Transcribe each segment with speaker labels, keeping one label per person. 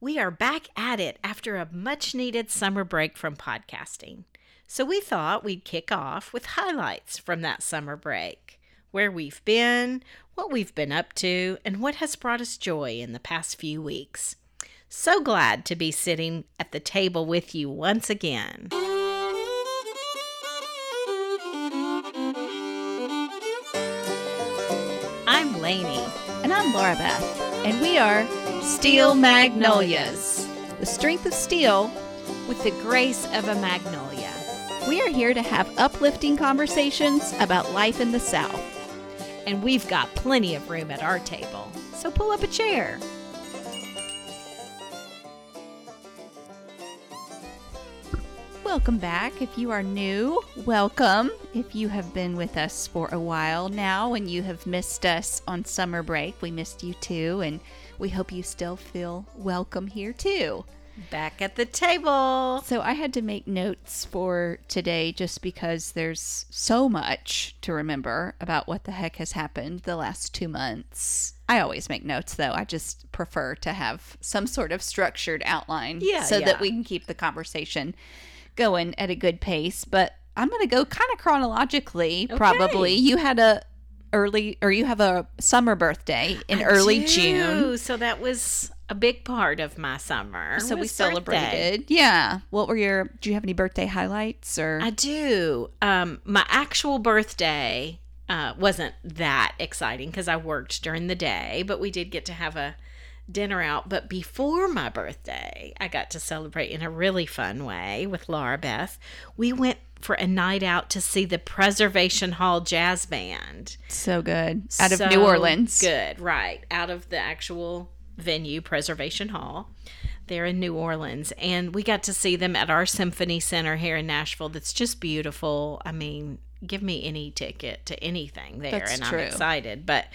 Speaker 1: We are back at it after a much needed summer break from podcasting. So we thought we'd kick off with highlights from that summer break where we've been, what we've been up to, and what has brought us joy in the past few weeks. So glad to be sitting at the table with you once again. I'm Lainey.
Speaker 2: And I'm Laura Beth, and we are
Speaker 1: Steel Magnolias.
Speaker 2: The Strength of Steel.
Speaker 1: With the grace of a magnolia.
Speaker 2: We are here to have uplifting conversations about life in the South.
Speaker 1: And we've got plenty of room at our table, so pull up a chair.
Speaker 2: Welcome back. If you are new, welcome. If you have been with us for a while now and you have missed us on summer break, we missed you too, and we hope you still feel welcome here too.
Speaker 1: Back at the table.
Speaker 2: So I had to make notes for today just because there's so much to remember about what the heck has happened the last two months. I always make notes though. I just prefer to have some sort of structured outline
Speaker 1: Yeah,
Speaker 2: so
Speaker 1: yeah.
Speaker 2: that we can keep the conversation going at a good pace, but I'm going to go kind of chronologically probably.
Speaker 1: Okay.
Speaker 2: You had a early or you have a summer birthday in early
Speaker 1: I do.
Speaker 2: June.
Speaker 1: So that was a big part of my summer.
Speaker 2: So we
Speaker 1: was birthday.
Speaker 2: celebrated. Yeah. What were your do you have any birthday highlights or
Speaker 1: I do. Um, my actual birthday uh, wasn't that exciting because I worked during the day, but we did get to have a dinner out. But before my birthday, I got to celebrate in a really fun way with Laura Beth. We went for a night out to see the Preservation Hall Jazz Band
Speaker 2: so good out of
Speaker 1: So
Speaker 2: New Orleans?
Speaker 1: Good, right. Out of the actual venue, Preservation Hall. They're in New Orleans. And we got to see them at our Symphony Center here in Nashville. That's just beautiful. I mean, give me any ticket to anything there,
Speaker 2: That's
Speaker 1: and
Speaker 2: true.
Speaker 1: I'm excited. But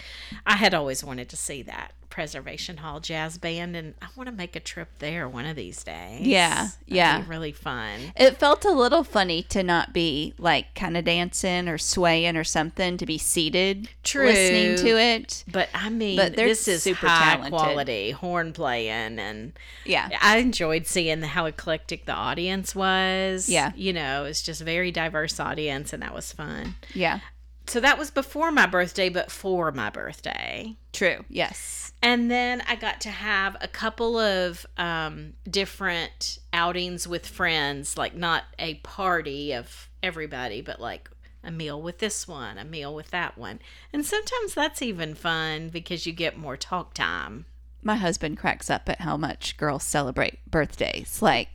Speaker 1: I had always wanted to see that Preservation Hall Jazz Band, and I want to make a trip there one of these days.
Speaker 2: Yeah,
Speaker 1: That'd be
Speaker 2: yeah.
Speaker 1: really fun.
Speaker 2: It felt a little funny to not be like kind of dancing or swaying or something to be seated
Speaker 1: True.
Speaker 2: listening to it.
Speaker 1: But I mean,
Speaker 2: But they're
Speaker 1: this is
Speaker 2: super
Speaker 1: high
Speaker 2: talented.
Speaker 1: quality horn playing and
Speaker 2: Yeah.
Speaker 1: I enjoyed seeing how eclectic the audience was.
Speaker 2: Yeah.
Speaker 1: You know, it's just very diverse audience and that was fun.
Speaker 2: Yeah.
Speaker 1: So that was before my birthday, but for my birthday.
Speaker 2: True. Yes.
Speaker 1: And then I got to have a couple of um, different outings with friends, like not a party of everybody, but like a meal with this one, a meal with that one. And sometimes that's even fun because you get more talk time.
Speaker 2: My husband cracks up at how much girls celebrate birthdays. Like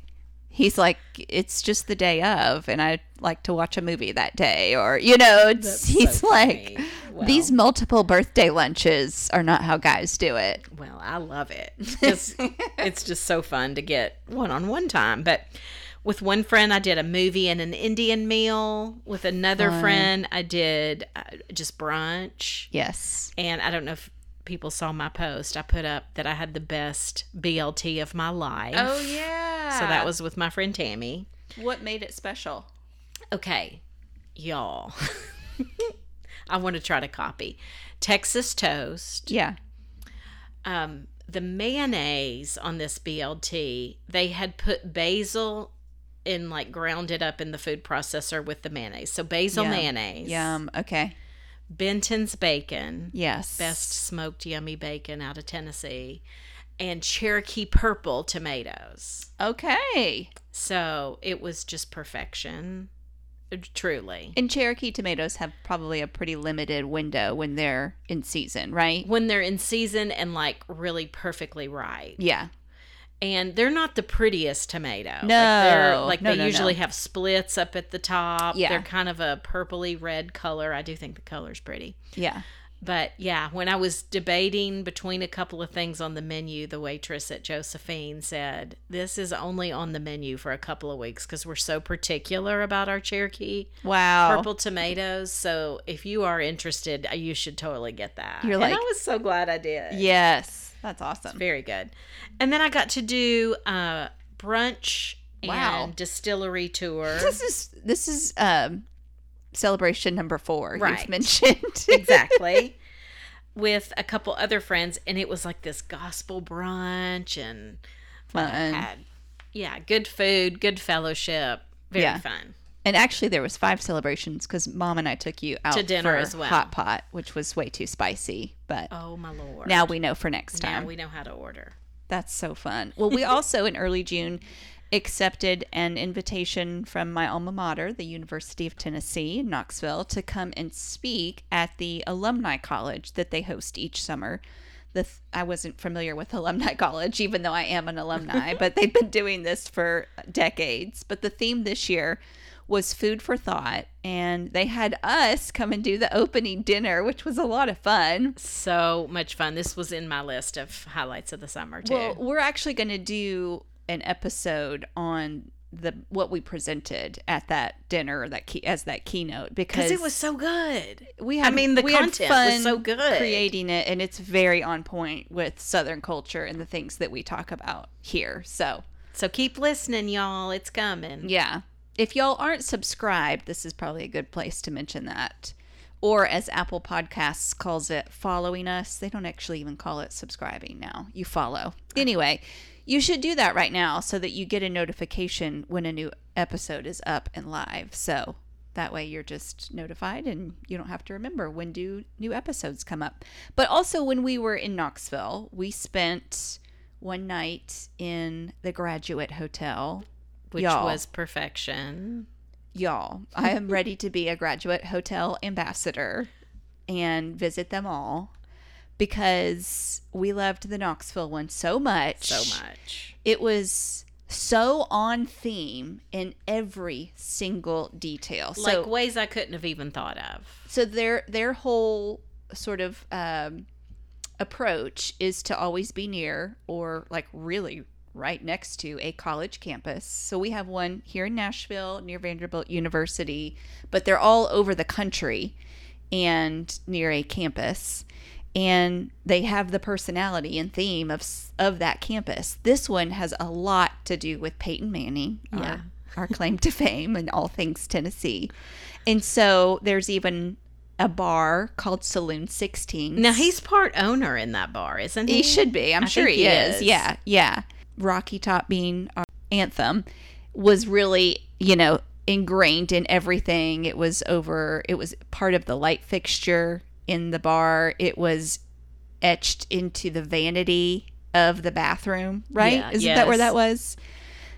Speaker 2: he's like it's just the day of and I like to watch a movie that day or you know, it's, he's
Speaker 1: so
Speaker 2: like
Speaker 1: funny. Well-
Speaker 2: these multiple birthday lunches are not how guys do it.
Speaker 1: Well, I love it. It's, it's just so fun to get one on one time. But with one friend, I did a movie and an Indian meal. With another
Speaker 2: Fun.
Speaker 1: friend, I did uh, just brunch.
Speaker 2: Yes.
Speaker 1: And I don't know if people saw my post I put up that I had the best BLT of my life.
Speaker 2: yeah.
Speaker 1: So that was with my friend Tammy.
Speaker 2: what made it special.
Speaker 1: Okay, y'all. I want to try to copy Texas toast.
Speaker 2: Yeah.
Speaker 1: um, the mayonnaise on this BLT, they had put basil in like ground it up in the food processor with the mayonnaise. So basil
Speaker 2: Yum.
Speaker 1: mayonnaise,
Speaker 2: Yum. Okay.
Speaker 1: Benton's bacon,
Speaker 2: Yes.
Speaker 1: best smoked yummy bacon out of Tennessee, and Cherokee purple tomatoes.
Speaker 2: Okay.
Speaker 1: So it was just perfection, uh, truly.
Speaker 2: And Cherokee tomatoes have probably a pretty limited window when they're in season, right?
Speaker 1: When they're in season and like really perfectly ripe.
Speaker 2: Yeah.
Speaker 1: and they're not the prettiest tomato.
Speaker 2: No.
Speaker 1: like, they're- like
Speaker 2: No,
Speaker 1: they
Speaker 2: no,
Speaker 1: usually
Speaker 2: no.
Speaker 1: have splits up at the top.
Speaker 2: Yeah.
Speaker 1: they're kind of a purpley red color. I do think the color's pretty,
Speaker 2: Yeah.
Speaker 1: but yeah, when I was debating between a couple of things on the menu, the waitress at Josephine said, "This is only on the menu for a couple of weeks because we're so particular about our Cherokee."
Speaker 2: Wow.
Speaker 1: Purple tomatoes. So if you are interested, you should totally get that.
Speaker 2: You're
Speaker 1: And
Speaker 2: like-
Speaker 1: I was so glad I did.
Speaker 2: Yes. That's awesome.
Speaker 1: Very good. And then I got to do uh, brunch
Speaker 2: Wow.
Speaker 1: and distillery tour.
Speaker 2: This is this is um celebration number 4
Speaker 1: Right.
Speaker 2: you've mentioned.
Speaker 1: exactly. With a couple other friends, and it was like this gospel brunch and
Speaker 2: fun.
Speaker 1: had yeah, good food, good fellowship, very
Speaker 2: Yeah.
Speaker 1: fun.
Speaker 2: And actually, there was five celebrations because mom and I took you out
Speaker 1: To dinner
Speaker 2: for
Speaker 1: as well.
Speaker 2: hot pot, which was way too spicy. But
Speaker 1: Oh my lord!
Speaker 2: now we know for next
Speaker 1: Now
Speaker 2: time.
Speaker 1: we know how to order.
Speaker 2: That's so fun. Well, we also in early June accepted an invitation from my alma mater, the University of Tennessee in Knoxville, to come and speak at the alumni college that they host each summer. The th- I wasn't familiar with alumni college, even though I am an alumni, but they've been doing this for decades. But the theme this year was food for thought, and they had us come and do the opening dinner, which was a lot of fun.
Speaker 1: So much fun. This was in my list of highlights of the summer too.
Speaker 2: Well, we're actually going to do an episode on the what we presented at that dinner that key, as that keynote because
Speaker 1: because it was so good.
Speaker 2: we had,
Speaker 1: mean, the
Speaker 2: we had
Speaker 1: content was
Speaker 2: fun
Speaker 1: so good.
Speaker 2: creating it and it's very on point with southern culture and the things that we talk about here so
Speaker 1: So keep listening, y'all. It's coming.
Speaker 2: yeah if y'all aren't subscribed this is probably a good place to mention that or as apple podcasts calls it following us they don't actually even call it subscribing now you follow anyway you should do that right now so that you get a notification when a new episode is up and live so that way you're just notified and you don't have to remember when do new episodes come up but also when we were in knoxville we spent one night in the graduate hotel
Speaker 1: Which
Speaker 2: Y'all.
Speaker 1: was perfection.
Speaker 2: y'all, I am ready to be a graduate hotel ambassador and visit them all because we loved the Knoxville one so much.
Speaker 1: So much.
Speaker 2: It was so on theme in every single detail. so
Speaker 1: like ways I couldn't have even thought of.
Speaker 2: so their their whole sort of um, approach is to always be near or like really right next to a college campus so we have one here in nashville near vanderbilt university but they're all over the country and near a campus and they have the personality and theme of s- of that campus this one has a lot to do with peyton manning
Speaker 1: Yeah.
Speaker 2: our, our claim to fame and all things tennessee and so there's even a bar called Saloon 16.
Speaker 1: Now he's part owner in that bar, isn't he?
Speaker 2: he should be. I'm
Speaker 1: I
Speaker 2: sure
Speaker 1: think
Speaker 2: he,
Speaker 1: he
Speaker 2: is.
Speaker 1: is.
Speaker 2: Yeah, yeah. Rocky Top being our anthem was really, you know, ingrained in everything. It was over. It was part of the light fixture in the bar. It was etched into the vanity of the bathroom. Right?
Speaker 1: Yeah,
Speaker 2: Isn't that where
Speaker 1: yes.
Speaker 2: that was?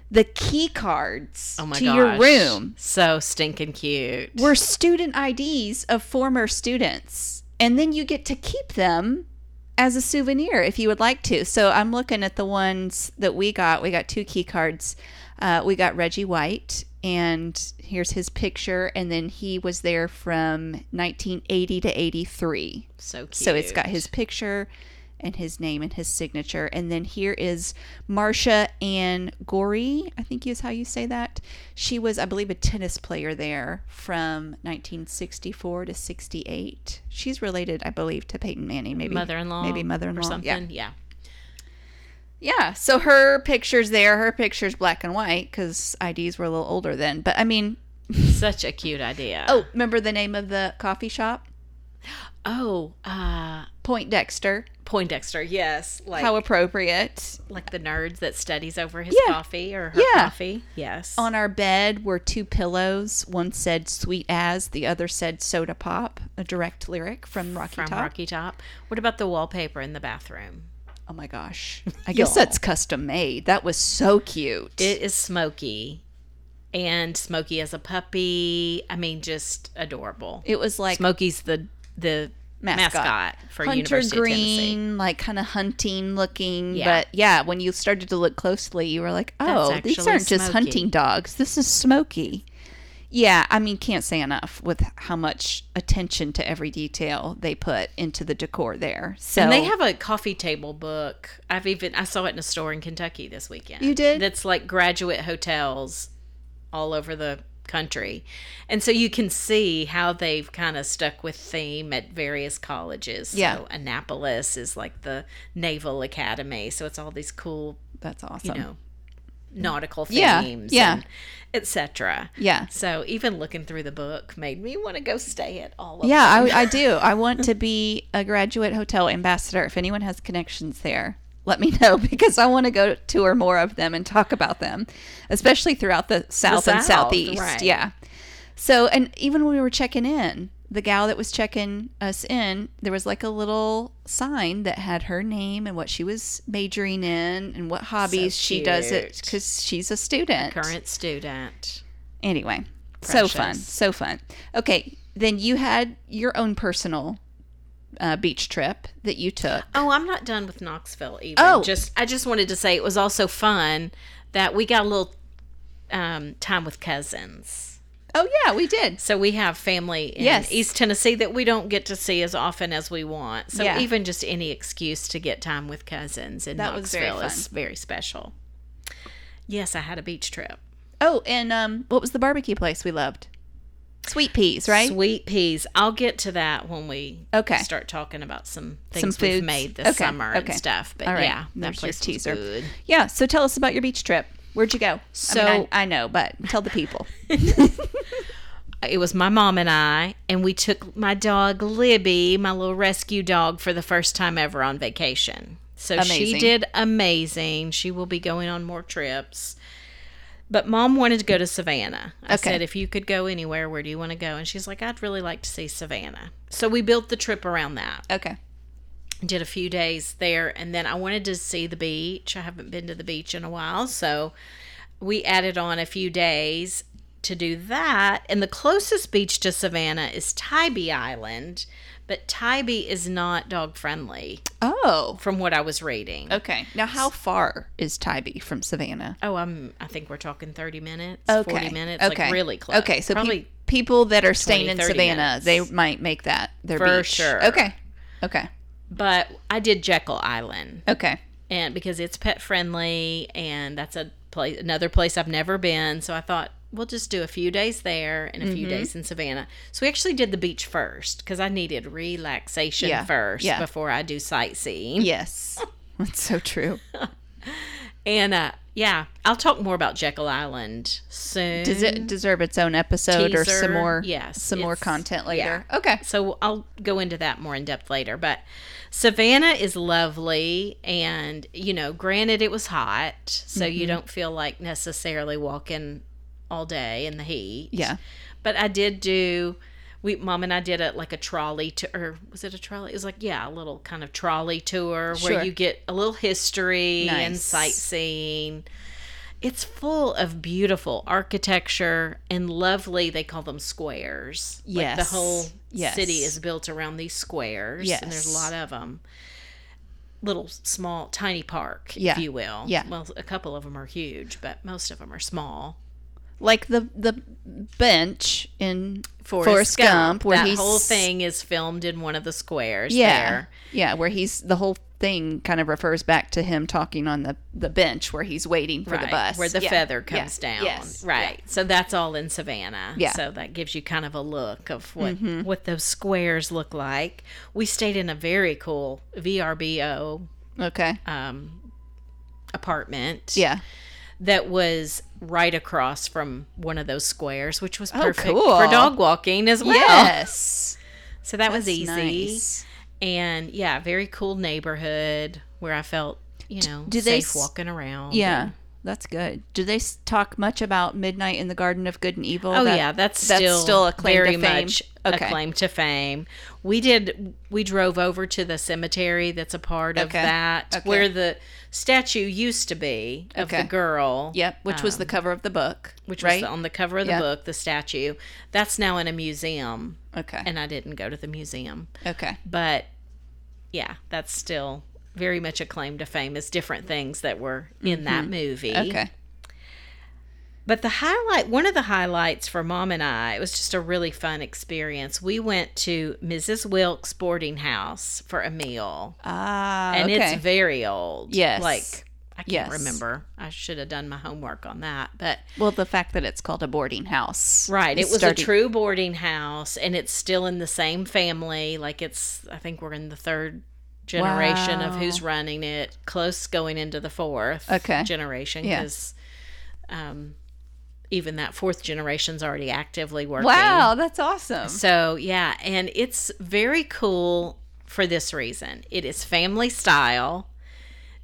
Speaker 2: The key cards
Speaker 1: Oh my
Speaker 2: to
Speaker 1: gosh.
Speaker 2: your room
Speaker 1: So stinking cute.
Speaker 2: were student IDs of former students. And then you get to keep them as a souvenir if you would like to. So I'm looking at the ones that we got. We got two key cards. Uh, we got Reggie White, and here's his picture. And then he was there from 1980 to 83.
Speaker 1: so cute.
Speaker 2: So it's got his picture and his name and his signature. And then here is Marcia Ann Gorey, I think is how you say that. She was, I believe, a tennis player there from 1964 to 68. She's related, I believe, to Peyton Manning, maybe
Speaker 1: mother-in-law,
Speaker 2: maybe mother-in-law
Speaker 1: or something.
Speaker 2: Yeah.
Speaker 1: yeah.
Speaker 2: Yeah, so her picture's there. Her picture's black and white because IDs were a little older then. But I mean,
Speaker 1: Such a cute idea.
Speaker 2: oh, remember the name of the coffee shop?
Speaker 1: oh, uh,
Speaker 2: Point Dexter.
Speaker 1: Poindexter. Yes, like
Speaker 2: How appropriate.
Speaker 1: like the nerd that studies over his
Speaker 2: Yeah.
Speaker 1: coffee or her
Speaker 2: Yeah.
Speaker 1: coffee. Yes.
Speaker 2: On our bed were two pillows. One said sweet as, the other said soda pop, a direct lyric from Rocky
Speaker 1: from
Speaker 2: Top.
Speaker 1: Rocky Top. What about the wallpaper in the bathroom?
Speaker 2: Oh my gosh. I guess that's custom made. That was so cute.
Speaker 1: It is Smokey, and Smokey as a puppy. I mean, just adorable.
Speaker 2: It was like
Speaker 1: Smokey's the the
Speaker 2: Mascot.
Speaker 1: mascot, for
Speaker 2: hunter
Speaker 1: University of Tennessee.
Speaker 2: green, like kind of hunting looking.
Speaker 1: Yeah.
Speaker 2: But yeah, when you started to look closely, you were like, oh, these
Speaker 1: actually
Speaker 2: aren't just
Speaker 1: Smokey.
Speaker 2: hunting dogs. This is Smokey. Yeah, I mean, can't say enough with how much attention to every detail they put into the decor there. So
Speaker 1: And they have a coffee table book. I've even I saw it in a store in Kentucky this weekend.
Speaker 2: You did?
Speaker 1: That's like graduate hotels all over the country. And so you can see how they've kind of stuck with theme at various colleges.
Speaker 2: Yeah.
Speaker 1: So Annapolis is like the Naval Academy. So it's all these cool,
Speaker 2: that's awesome.
Speaker 1: you know, nautical
Speaker 2: Yeah,
Speaker 1: themes
Speaker 2: yeah.
Speaker 1: and etc.
Speaker 2: Yeah.
Speaker 1: So even looking through the book made me want to go stay at all of
Speaker 2: Yeah, I, I do. I want to be a graduate hotel ambassador if anyone has connections there. let me know because I want to go tour more of them and talk about them, especially throughout the South, and
Speaker 1: South,
Speaker 2: Southeast.
Speaker 1: right.
Speaker 2: Yeah. So, and even when we were checking in, the gal that was checking us in, there was like a little sign that had her name and what she was majoring in and what hobbies she does it
Speaker 1: cute.
Speaker 2: because she's a student.
Speaker 1: Current student.
Speaker 2: Anyway, so fun,
Speaker 1: Precious.
Speaker 2: so fun. Okay, then you had your own personal uh, beach trip that you took.
Speaker 1: Oh, I'm not done with Knoxville even.
Speaker 2: Oh.
Speaker 1: Just I just wanted to say it was also fun that we got a little um, time with cousins.
Speaker 2: Oh yeah, we did.
Speaker 1: So we have family in
Speaker 2: Yes.
Speaker 1: East Tennessee that we don't get to see as often as we want. So
Speaker 2: Yeah.
Speaker 1: even just any excuse to get time with cousins in
Speaker 2: That was very
Speaker 1: Knoxville is very special. Yes, I had a beach trip.
Speaker 2: Oh, and um, what was the barbecue place we loved? Sweet Peas, right?
Speaker 1: Sweet peas. I'll get to that when we
Speaker 2: Okay.
Speaker 1: start talking about some
Speaker 2: Some
Speaker 1: things we've
Speaker 2: foods?
Speaker 1: made this
Speaker 2: Okay,
Speaker 1: summer and
Speaker 2: okay.
Speaker 1: stuff. But
Speaker 2: All right.
Speaker 1: yeah, that
Speaker 2: There's your
Speaker 1: place was
Speaker 2: teaser.
Speaker 1: good.
Speaker 2: Yeah. So tell us about your beach trip. Where'd you go? I, mean,
Speaker 1: So-
Speaker 2: I, I know, but tell the people.
Speaker 1: it was my mom and I, and we took my dog Libby, my little rescue dog, for the first time ever on vacation. So
Speaker 2: Amazing.
Speaker 1: she did amazing. She will be going on more trips. But mom wanted to go to Savannah. I
Speaker 2: Okay.
Speaker 1: said, if you could go anywhere, where do you want to go? And she's like, I'd really like to see Savannah. So we built the trip around that
Speaker 2: Okay.
Speaker 1: did a few days there and then I wanted to see the beach. I haven't been to the beach in a while, so we added on a few days to do that. And the closest beach to Savannah is Tybee Island, but Tybee is not dog friendly
Speaker 2: Oh.
Speaker 1: from what I was reading.
Speaker 2: Okay. Now, how far is Tybee from Savannah?
Speaker 1: Oh, I'm I think we're talking 30 minutes,
Speaker 2: Okay.
Speaker 1: 40 minutes,
Speaker 2: Okay.
Speaker 1: like really close.
Speaker 2: Okay. So pe-
Speaker 1: probably
Speaker 2: people that are staying
Speaker 1: 20,
Speaker 2: in
Speaker 1: 30
Speaker 2: Savannah,
Speaker 1: minutes.
Speaker 2: they might make that their
Speaker 1: For
Speaker 2: beach.
Speaker 1: sure.
Speaker 2: Okay. Okay.
Speaker 1: but I did Jekyll Island.
Speaker 2: Okay.
Speaker 1: and because it's pet friendly and that's a place another place I've never been so I thought we'll just do a few days there and a
Speaker 2: Mm-hmm.
Speaker 1: few days in Savannah so we actually did the beach first because I needed relaxation
Speaker 2: Yeah,
Speaker 1: first
Speaker 2: yeah.
Speaker 1: before I do sightseeing
Speaker 2: Yes. That's so true.
Speaker 1: and uh yeah I'll talk more about Jekyll Island soon
Speaker 2: Does it deserve its own episode or
Speaker 1: Mm-hmm. Teaser,
Speaker 2: some more?
Speaker 1: yes,
Speaker 2: Some more
Speaker 1: it's-
Speaker 2: content later. Okay.
Speaker 1: so I'll go into that more in depth later. But Savannah is lovely, and you know, granted, it was hot, so
Speaker 2: Mm-hmm.
Speaker 1: you don't feel like necessarily walking all day in the heat.
Speaker 2: Yeah.
Speaker 1: but I did do. We mom and I did a like a trolley tour. Or was it a trolley? It was like yeah, a little kind of trolley tour
Speaker 2: Sure.
Speaker 1: where you get a little history and
Speaker 2: Nice.
Speaker 1: sightseeing. It's full of beautiful architecture and lovely. They call them squares. Like
Speaker 2: Yes.
Speaker 1: the whole
Speaker 2: Yes.
Speaker 1: city is built around these squares. And there's
Speaker 2: Yes.
Speaker 1: a lot of them. Little, small, tiny park,
Speaker 2: Yeah.
Speaker 1: if you will.
Speaker 2: Yeah.
Speaker 1: Well, a couple of them are huge, but most of them are small.
Speaker 2: Like the the bench in Forrest, Gump, where
Speaker 1: that
Speaker 2: he's
Speaker 1: whole thing is filmed in one of the squares.
Speaker 2: Yeah.
Speaker 1: there.
Speaker 2: Yeah, where he's the whole thing kind of refers back to him talking on the the bench where he's waiting for the
Speaker 1: Right,
Speaker 2: bus.
Speaker 1: where the
Speaker 2: Yeah.
Speaker 1: feather
Speaker 2: Yeah.
Speaker 1: comes down.
Speaker 2: Yes.
Speaker 1: Right. So that's all in Savannah.
Speaker 2: Yeah. Mm-hmm.
Speaker 1: So that gives you kind of a look of what what those squares look like. We stayed in a very cool VRBO
Speaker 2: Yeah. Okay.
Speaker 1: um, apartment.
Speaker 2: Yeah.
Speaker 1: That was right across from one of those squares, which was
Speaker 2: Oh,
Speaker 1: perfect
Speaker 2: cool.
Speaker 1: for dog walking as well.
Speaker 2: Yes.
Speaker 1: So that was
Speaker 2: That's
Speaker 1: easy.
Speaker 2: Oh. nice.
Speaker 1: And yeah, very cool neighborhood where I felt, you know,
Speaker 2: do they
Speaker 1: safe
Speaker 2: s-
Speaker 1: walking around.
Speaker 2: Yeah. That's good. Do they s- talk much about Midnight in the Garden of Good and Evil?
Speaker 1: Oh
Speaker 2: That-
Speaker 1: yeah, that's,
Speaker 2: that's
Speaker 1: still,
Speaker 2: still a claim to
Speaker 1: very
Speaker 2: fame.
Speaker 1: much
Speaker 2: Okay.
Speaker 1: a claim to fame. We did we drove over to the cemetery that's a part of
Speaker 2: Okay.
Speaker 1: that
Speaker 2: Okay.
Speaker 1: where the statue used to be of
Speaker 2: Okay.
Speaker 1: the girl.
Speaker 2: Yep, which was the cover of the book.
Speaker 1: Um, Which
Speaker 2: right?
Speaker 1: was on the cover of the
Speaker 2: Yeah.
Speaker 1: book, the statue. That's now in a museum
Speaker 2: Okay.
Speaker 1: and I didn't go to the museum.
Speaker 2: okay.
Speaker 1: But yeah, that's still very much a claim to fame is different things that were in that movie.
Speaker 2: Mm-hmm. Okay.
Speaker 1: But the highlight, one of the highlights for mom and I, it was just a really fun experience. We went to Mrs. Wilkes' boarding house for a meal,
Speaker 2: Ah,
Speaker 1: and
Speaker 2: okay.
Speaker 1: it's very old.
Speaker 2: Yes.
Speaker 1: like I can't
Speaker 2: Yes.
Speaker 1: remember. I should have done my homework on that, but
Speaker 2: well, the fact that it's called a boarding house.
Speaker 1: right,
Speaker 2: It's
Speaker 1: it was
Speaker 2: starting-
Speaker 1: a true boarding house, and it's still in the same family. Like it's, I think we're in the third generation of
Speaker 2: Wow.
Speaker 1: who's running it, close going into the fourth
Speaker 2: Okay.
Speaker 1: generation
Speaker 2: Yeah.
Speaker 1: because. Um, even that fourth generation's already actively working.
Speaker 2: Wow, that's awesome.
Speaker 1: So, yeah, and it's very cool for this reason. It is family style.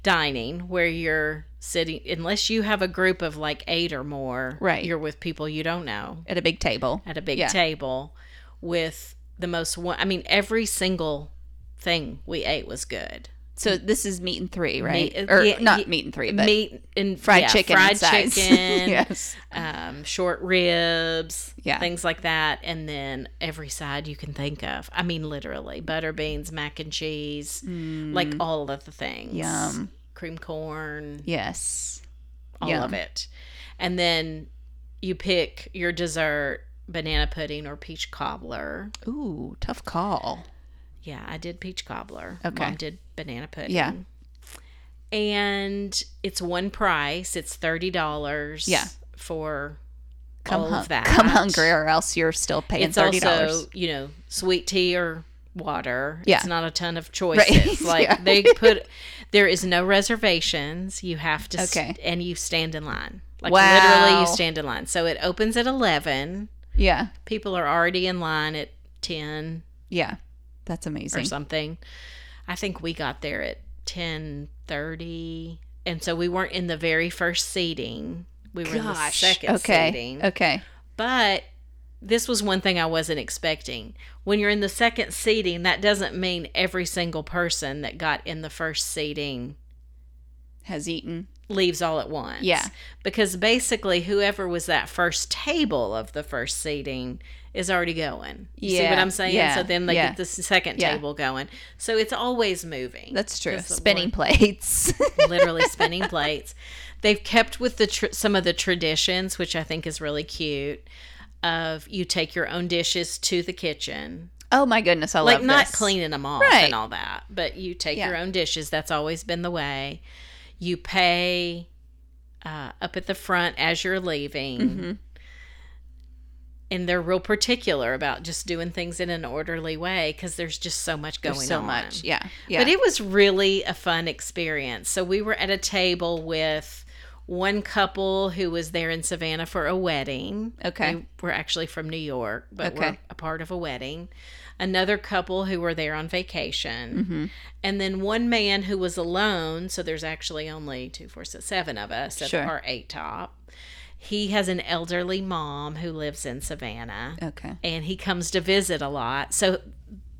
Speaker 1: dining where you're sitting unless you have a group of like eight or more
Speaker 2: Right.
Speaker 1: you're with people you don't know
Speaker 2: at a big table.
Speaker 1: at a big
Speaker 2: Yeah.
Speaker 1: table with the most one i mean every single thing we ate was good
Speaker 2: So this is meat and three, right?
Speaker 1: Meat-
Speaker 2: or
Speaker 1: yeah,
Speaker 2: not
Speaker 1: yeah,
Speaker 2: meat and three, but
Speaker 1: meat and
Speaker 2: fried
Speaker 1: yeah,
Speaker 2: chicken.
Speaker 1: fried
Speaker 2: size.
Speaker 1: chicken
Speaker 2: yes.
Speaker 1: um, short ribs,
Speaker 2: Yeah.
Speaker 1: things like that, and then every side you can think of. I mean, literally, butter beans, mac and cheese, like all of the things.
Speaker 2: Mm. Yum.
Speaker 1: Cream corn,
Speaker 2: Yes.
Speaker 1: all of
Speaker 2: yum.
Speaker 1: it. And then you pick your dessert, banana pudding or peach cobbler.
Speaker 2: Ooh, tough call.
Speaker 1: Yeah, I did peach cobbler.
Speaker 2: Okay.
Speaker 1: Mom did banana pudding.
Speaker 2: Yeah.
Speaker 1: And it's one price. It's thirty dollars.
Speaker 2: Yeah.
Speaker 1: For
Speaker 2: Come
Speaker 1: all
Speaker 2: hun-
Speaker 1: of that.
Speaker 2: Come hungry, or else you're still paying
Speaker 1: it's
Speaker 2: thirty dollars.
Speaker 1: also you know sweet tea or water
Speaker 2: Yeah.
Speaker 1: it's not a ton of choices like
Speaker 2: Yeah.
Speaker 1: they put there is no reservations you have to st-
Speaker 2: Okay.
Speaker 1: and you stand in line like literally
Speaker 2: Wow.
Speaker 1: you stand in line so it opens at 11
Speaker 2: Yeah,
Speaker 1: people are already in line at 10
Speaker 2: yeah, that's
Speaker 1: or
Speaker 2: amazing.
Speaker 1: something i think we got there at 10:30, and so we weren't in the very first seating we were in the
Speaker 2: Gosh.
Speaker 1: second
Speaker 2: okay. Uh,
Speaker 1: seating
Speaker 2: Okay.
Speaker 1: but this was one thing I wasn't expecting. When you're in the second seating, that doesn't mean every single person that got in the first seating
Speaker 2: Has eaten.
Speaker 1: leaves all at once.
Speaker 2: Yeah.
Speaker 1: Because basically, whoever was that first table of the first seating is already going. You see what
Speaker 2: Yeah,
Speaker 1: I'm saying?
Speaker 2: yeah,
Speaker 1: So then they
Speaker 2: yeah.
Speaker 1: get the second
Speaker 2: Yeah.
Speaker 1: table going. So it's always moving.
Speaker 2: That's true.
Speaker 1: Just the
Speaker 2: Spinning plates.
Speaker 1: literally spinning plates. They've kept with the tr- some of the traditions, which I think is really cute. Of you take your own dishes to the kitchen,
Speaker 2: oh my goodness, I
Speaker 1: like
Speaker 2: love
Speaker 1: not
Speaker 2: this.
Speaker 1: cleaning them off
Speaker 2: Right.
Speaker 1: and all that, but you take your
Speaker 2: Yeah.
Speaker 1: own dishes. That's always been the way. You pay uh, up at the front as you're leaving,
Speaker 2: Mhm.
Speaker 1: and they're real particular about just doing things in an orderly way because there's just so much going
Speaker 2: There's so
Speaker 1: on.
Speaker 2: much. Yeah. Yeah.
Speaker 1: But it was really a fun experience. So we were at a table with one couple who was there in Savannah for a wedding.
Speaker 2: Okay.
Speaker 1: We were actually from New York, but we're
Speaker 2: Okay.
Speaker 1: a part of a wedding. Another couple who were there on vacation.
Speaker 2: Mhm.
Speaker 1: And then one man who was alone. So there's actually only two, four, six, seven of us at
Speaker 2: Sure.
Speaker 1: our eight top. He has an elderly mom who lives in Savannah
Speaker 2: Okay.
Speaker 1: and he comes to visit a lot. So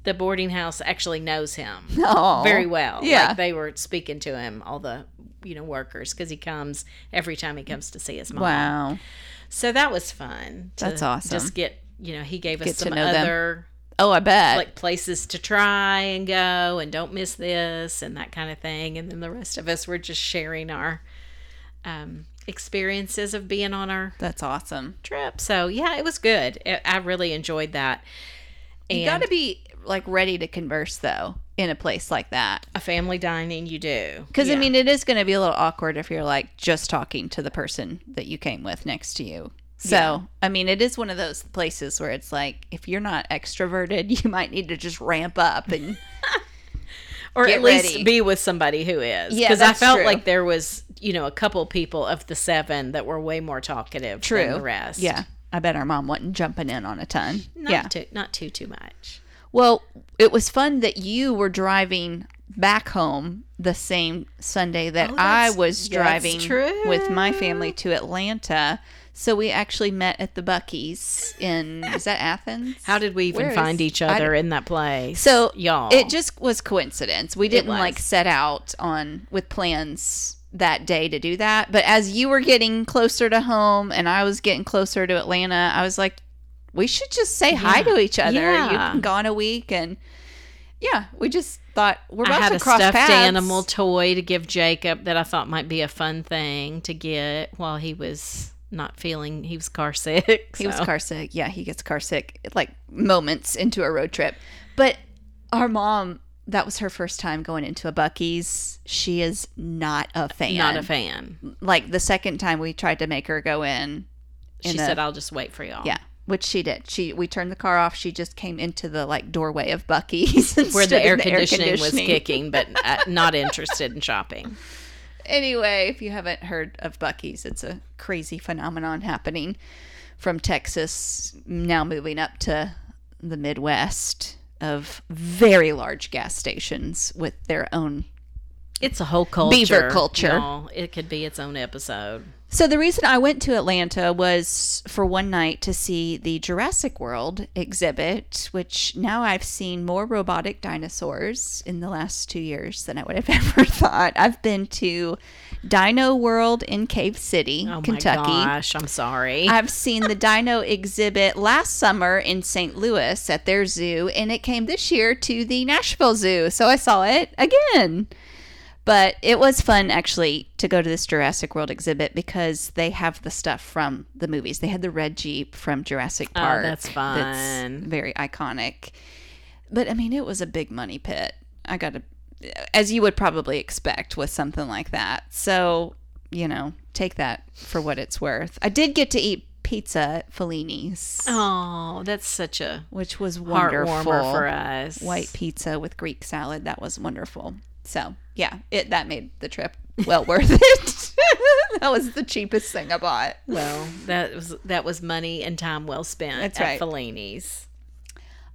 Speaker 1: the boarding house actually knows him
Speaker 2: Oh.
Speaker 1: very well.
Speaker 2: Yeah.
Speaker 1: Like, they were speaking to him, all the you know workers, because he comes every time he comes to see his mom.
Speaker 2: Wow.
Speaker 1: So that was fun. to
Speaker 2: That's awesome.
Speaker 1: Just get you know he gave us
Speaker 2: Get to
Speaker 1: some
Speaker 2: know them.
Speaker 1: other
Speaker 2: Oh, I bet.
Speaker 1: like places to try and go and don't miss this and that kind of thing. And then the rest of us were just sharing our um, experiences of being on our
Speaker 2: That's awesome.
Speaker 1: trip. So yeah, it was good. I I really enjoyed that. And
Speaker 2: you got to be like ready to converse though in a place like that.
Speaker 1: a family dining, you do
Speaker 2: Because I
Speaker 1: Yeah.
Speaker 2: mean, it is going to be a little awkward if you're like just talking to the person that you came with next to you. So,
Speaker 1: Yeah.
Speaker 2: I mean, it is one of those places where it's like if you're not extroverted, you might need to just ramp up and
Speaker 1: or
Speaker 2: Get
Speaker 1: at least
Speaker 2: ready.
Speaker 1: be with somebody who is.
Speaker 2: Yeah,
Speaker 1: because I
Speaker 2: that's
Speaker 1: felt
Speaker 2: true.
Speaker 1: like there was, you know, a couple people of the seven that were way more talkative than the rest.
Speaker 2: Yeah. I bet our mom wasn't jumping in on a ton.
Speaker 1: not
Speaker 2: yeah.
Speaker 1: too, not too too much.
Speaker 2: Well, it was fun that you were driving back home the same Sunday that
Speaker 1: Oh,
Speaker 2: I
Speaker 1: that's-
Speaker 2: was
Speaker 1: that's
Speaker 2: driving
Speaker 1: true.
Speaker 2: with my family to Atlanta. So we actually met at the Bucky's in is that Athens?
Speaker 1: How did we even
Speaker 2: Where is-
Speaker 1: find each
Speaker 2: I
Speaker 1: other in that place?
Speaker 2: So,
Speaker 1: y'all,
Speaker 2: It just was coincidence. We didn't
Speaker 1: was.
Speaker 2: like set out on with plans that day to do that. But as you were getting closer to home and I was getting closer to Atlanta, I was like, we should just say hi
Speaker 1: Yeah.
Speaker 2: to each other.
Speaker 1: Yeah.
Speaker 2: You've been gone a week and yeah, we just thought we're
Speaker 1: I
Speaker 2: about
Speaker 1: had
Speaker 2: to
Speaker 1: a
Speaker 2: cross
Speaker 1: stuffed
Speaker 2: paths.
Speaker 1: animal toy to give Jacob that I thought might be a fun thing to get while he was not feeling he was car sick.
Speaker 2: He was
Speaker 1: so.
Speaker 2: car sick. Yeah, he gets car sick like moments into a road trip. But our mom, that was her first time going into a Bucky's. She is not a fan.
Speaker 1: not a fan.
Speaker 2: like the second time we tried to make her go in,
Speaker 1: She
Speaker 2: In a-
Speaker 1: said, "I'll just wait for y'all."
Speaker 2: uh, yeah, which she did. She we turned the car off. She just came into the like doorway of Bucky's and
Speaker 1: where
Speaker 2: stood
Speaker 1: the air,
Speaker 2: in
Speaker 1: conditioning was
Speaker 2: conditioning.
Speaker 1: kicking, but uh, not interested in shopping.
Speaker 2: Anyway, if you haven't heard of Bucky's, it's a crazy phenomenon happening from Texas now moving up to the Midwest of very large gas stations with their own
Speaker 1: It's a whole culture.
Speaker 2: Beaver culture.
Speaker 1: y'all. It could be its own episode.
Speaker 2: So the reason I went to Atlanta was for one night to see the Jurassic World exhibit, which now I've seen more robotic dinosaurs in the last 2 years than I would have ever thought. I've been to Dino World in Cave City,
Speaker 1: Oh
Speaker 2: Kentucky.
Speaker 1: my gosh, I'm sorry.
Speaker 2: I've seen the dino exhibit last summer in St. Louis at their zoo, and it came this year to the Nashville Zoo. So I saw it again. But it was fun actually to go to this Jurassic World exhibit because they have the stuff from the movies. They had the red Jeep from Jurassic Park.
Speaker 1: Oh, that's fun.
Speaker 2: very iconic. But I mean, it was a big money pit. I got to, as you would probably expect with something like that. So, you know, take that for what it's worth. I did get to eat pizza at Fellini's,
Speaker 1: oh, that's such a
Speaker 2: which was
Speaker 1: heart
Speaker 2: wonderful.
Speaker 1: warmer for us.
Speaker 2: White pizza with Greek salad. That was wonderful. So, yeah, it that made the trip well worth it. that was the cheapest thing I bought.
Speaker 1: Well, that was that was money and time well spent
Speaker 2: That's
Speaker 1: at
Speaker 2: right.
Speaker 1: Fellini's.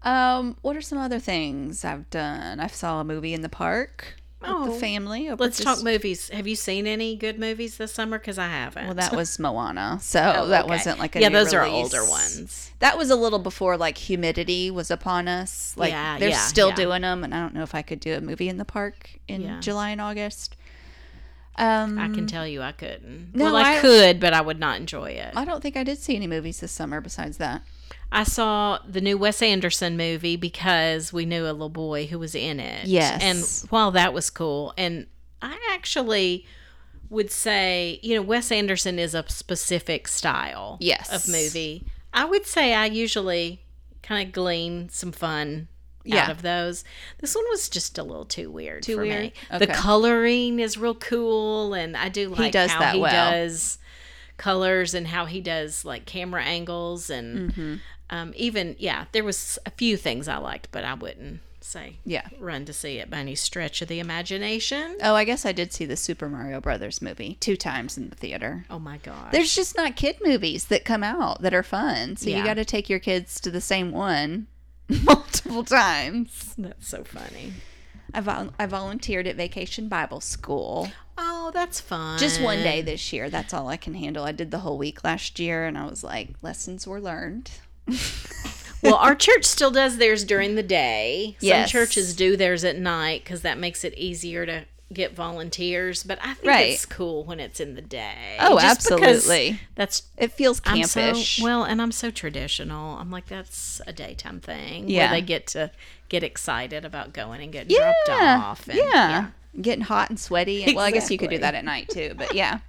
Speaker 2: Um, what are some other things I've done? I saw a movie in the park with
Speaker 1: Oh,
Speaker 2: the family. over
Speaker 1: Let's
Speaker 2: this-
Speaker 1: talk movies. Have you seen any good movies this summer? Because I haven't.
Speaker 2: Well, that was Moana, so
Speaker 1: Oh,
Speaker 2: that
Speaker 1: okay.
Speaker 2: wasn't like a
Speaker 1: yeah.
Speaker 2: new
Speaker 1: Those are
Speaker 2: release.
Speaker 1: older ones.
Speaker 2: That was a little before like humidity was upon us. Like
Speaker 1: Yeah,
Speaker 2: they're
Speaker 1: yeah,
Speaker 2: still
Speaker 1: yeah.
Speaker 2: doing them, and I don't know if I could do a movie in the park in
Speaker 1: Yeah.
Speaker 2: July and August. Um,
Speaker 1: I can tell you, I couldn't.
Speaker 2: No,
Speaker 1: well, I,
Speaker 2: I-
Speaker 1: could, but I would not enjoy it.
Speaker 2: I don't think I did see any movies this summer besides that.
Speaker 1: I saw the new Wes Anderson movie because we knew a little boy who was in it.
Speaker 2: Yes.
Speaker 1: And while that was cool, and I actually would say, you know, Wes Anderson is a specific style
Speaker 2: Yes.
Speaker 1: of movie. I would say I usually kind of glean some fun out
Speaker 2: Yeah.
Speaker 1: of those. This one was just a little too weird
Speaker 2: Too
Speaker 1: for me.
Speaker 2: weird?
Speaker 1: The
Speaker 2: Okay.
Speaker 1: coloring is real cool and I do like
Speaker 2: does
Speaker 1: how
Speaker 2: that
Speaker 1: he
Speaker 2: well.
Speaker 1: does colors and how he does like camera angles and
Speaker 2: Mm-hmm.
Speaker 1: um, even yeah, there was a few things I liked, but I wouldn't say
Speaker 2: Yeah.
Speaker 1: run to see it by any stretch of the imagination.
Speaker 2: Oh, I guess I did see the Super Mario Brothers movie two times in the theater.
Speaker 1: Oh my god!
Speaker 2: There's just not kid movies that come out that are fun, so
Speaker 1: Yeah.
Speaker 2: you got to take your kids to the same one multiple times.
Speaker 1: that's so funny.
Speaker 2: I, vol- I volunteered at Vacation Bible School
Speaker 1: Oh, that's fun.
Speaker 2: just one day this year. That's all I can handle. I did the whole week last year, and I was like, lessons were learned.
Speaker 1: well, our church still does theirs during the day. Some
Speaker 2: Yes.
Speaker 1: churches do theirs at night because that makes it easier to get volunteers. But I think
Speaker 2: Right.
Speaker 1: it's cool when it's in the day.
Speaker 2: Oh,
Speaker 1: Just because
Speaker 2: absolutely.
Speaker 1: That's
Speaker 2: It feels
Speaker 1: I'm
Speaker 2: campish.
Speaker 1: so well, and I'm so traditional. I'm like that's a daytime thing.
Speaker 2: Yeah.
Speaker 1: where they get to get excited about going and getting
Speaker 2: yeah.
Speaker 1: dropped off. And,
Speaker 2: yeah. Getting hot and sweaty. And, Well, I guess you could do that at night too, but yeah.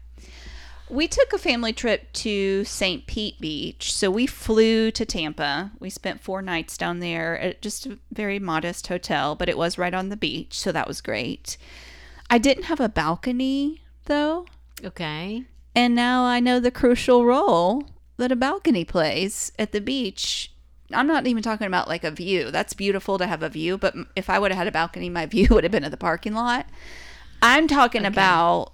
Speaker 2: We took a family trip to St. Pete Beach. So we flew to Tampa. We spent four nights down there at just a very modest hotel, but it was right on the beach. So that was great. I didn't have a balcony though.
Speaker 1: Okay.
Speaker 2: And now I know the crucial role that a balcony plays at the beach. I'm not even talking about like a view. That's beautiful to have a view, but m- if I would have had a balcony, my view would have been at the parking lot. I'm talking about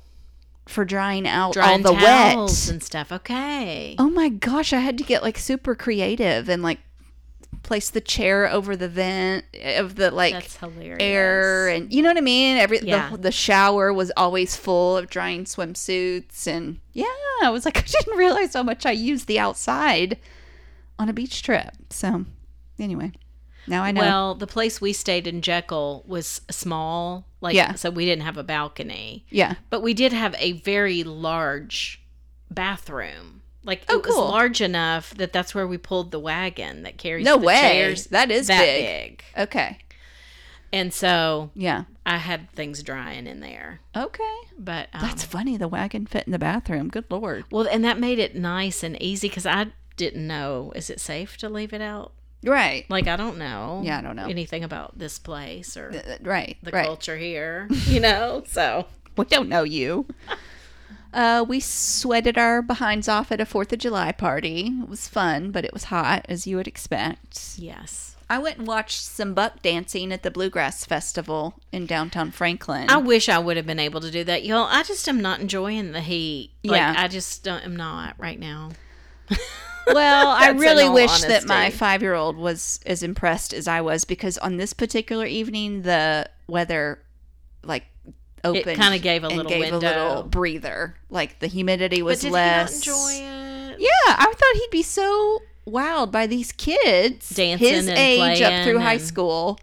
Speaker 2: for drying out
Speaker 1: Drying
Speaker 2: all the
Speaker 1: towels
Speaker 2: wet.
Speaker 1: and stuff. Okay.
Speaker 2: Oh my gosh, I had to get like super creative and like place the chair over the vent of the like
Speaker 1: that's hilarious.
Speaker 2: air and you know what I mean. Every
Speaker 1: Yeah.
Speaker 2: the, the shower was always full of drying swimsuits and yeah, I was like I didn't realize how much I used the outside on a beach trip. So anyway, now I know.
Speaker 1: Well, the place we stayed in Jekyll was small, like
Speaker 2: Yeah.
Speaker 1: so we didn't have a balcony,
Speaker 2: yeah,
Speaker 1: but we did have a very large bathroom. Like
Speaker 2: Oh,
Speaker 1: it
Speaker 2: cool.
Speaker 1: was large enough that that's where we pulled the wagon that carries
Speaker 2: no
Speaker 1: the
Speaker 2: way.
Speaker 1: chairs.
Speaker 2: that is
Speaker 1: that
Speaker 2: big.
Speaker 1: big.
Speaker 2: Okay,
Speaker 1: And so
Speaker 2: yeah,
Speaker 1: I had things drying in there,
Speaker 2: okay.
Speaker 1: but um,
Speaker 2: That's funny. The wagon fit in the bathroom. Good lord.
Speaker 1: well, and that made it nice and easy because I didn't know is it safe to leave it out?
Speaker 2: Right.
Speaker 1: Like I don't know.
Speaker 2: Yeah, I don't know.
Speaker 1: anything about this place or
Speaker 2: Uh, Right.
Speaker 1: the
Speaker 2: right.
Speaker 1: culture here. You know, so
Speaker 2: We don't know you. Uh, we sweated our behinds off at a Fourth of July party. It was fun, but it was hot, as you would expect.
Speaker 1: yes,
Speaker 2: I went and watched some buck dancing at the Bluegrass Festival in downtown Franklin.
Speaker 1: I wish I would have been able to do that, y'all. I just am not enjoying the heat. Like,
Speaker 2: Yeah.
Speaker 1: I just don't, am not right now.
Speaker 2: well, I
Speaker 1: That's in
Speaker 2: really
Speaker 1: all
Speaker 2: wish that my
Speaker 1: honesty.
Speaker 2: five year old was as impressed as I was because on this particular evening, the weather, like opened.
Speaker 1: it kind of gave a
Speaker 2: and
Speaker 1: little
Speaker 2: gave
Speaker 1: window.
Speaker 2: a little breather. Like the humidity was
Speaker 1: but did
Speaker 2: less.
Speaker 1: he not enjoy it?
Speaker 2: Yeah, I thought he'd be so wowed by these kids
Speaker 1: Dancing
Speaker 2: his
Speaker 1: and
Speaker 2: age up through
Speaker 1: playing
Speaker 2: high
Speaker 1: and-
Speaker 2: school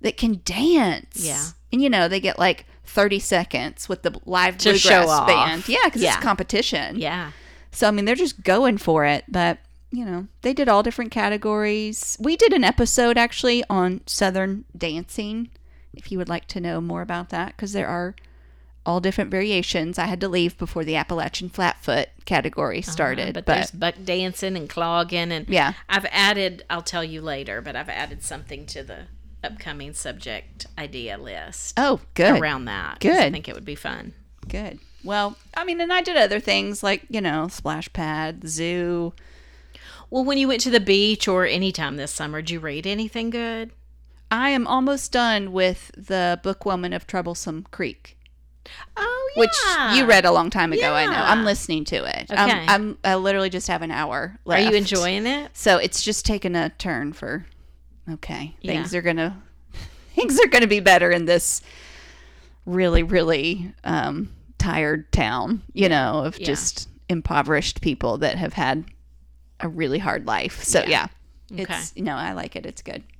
Speaker 2: that can dance.
Speaker 1: Yeah.
Speaker 2: and you know they get like thirty seconds with the live
Speaker 1: To
Speaker 2: bluegrass
Speaker 1: show off.
Speaker 2: band. Yeah, because
Speaker 1: Yeah.
Speaker 2: it's competition.
Speaker 1: Yeah.
Speaker 2: So I mean, they're just going for it, but you know, they did all different categories. We did an episode actually on southern dancing if you would like to know more about that because there are all different variations. I had to leave before the Appalachian Flatfoot category started,
Speaker 1: Uh-huh, but,
Speaker 2: but,
Speaker 1: there's buck dancing and clogging and
Speaker 2: Yeah.
Speaker 1: I've added I'll tell you later, but I've added something to the upcoming subject idea list
Speaker 2: oh, good.
Speaker 1: around that. 'cause I
Speaker 2: Good.
Speaker 1: think it would be fun.
Speaker 2: Good. Well, I mean, and I did other things like, you know, splash pad, zoo.
Speaker 1: Well, when you went to the beach or any time this summer, did you read anything good?
Speaker 2: I am almost done with the book Woman of Troublesome Creek.
Speaker 1: Oh
Speaker 2: which you read a long time ago. I know.
Speaker 1: Yeah.
Speaker 2: I'm listening to it.
Speaker 1: Okay.
Speaker 2: I'm, I'm I literally just have an hour
Speaker 1: Are
Speaker 2: left.
Speaker 1: you enjoying it?
Speaker 2: So it's just taken a turn for. Okay,
Speaker 1: Yeah.
Speaker 2: things are gonna things are gonna be better in this really really um, tired town. You know, of
Speaker 1: Yeah.
Speaker 2: just impoverished people that have had a really hard life. So yeah, it's you know I like it. It's good.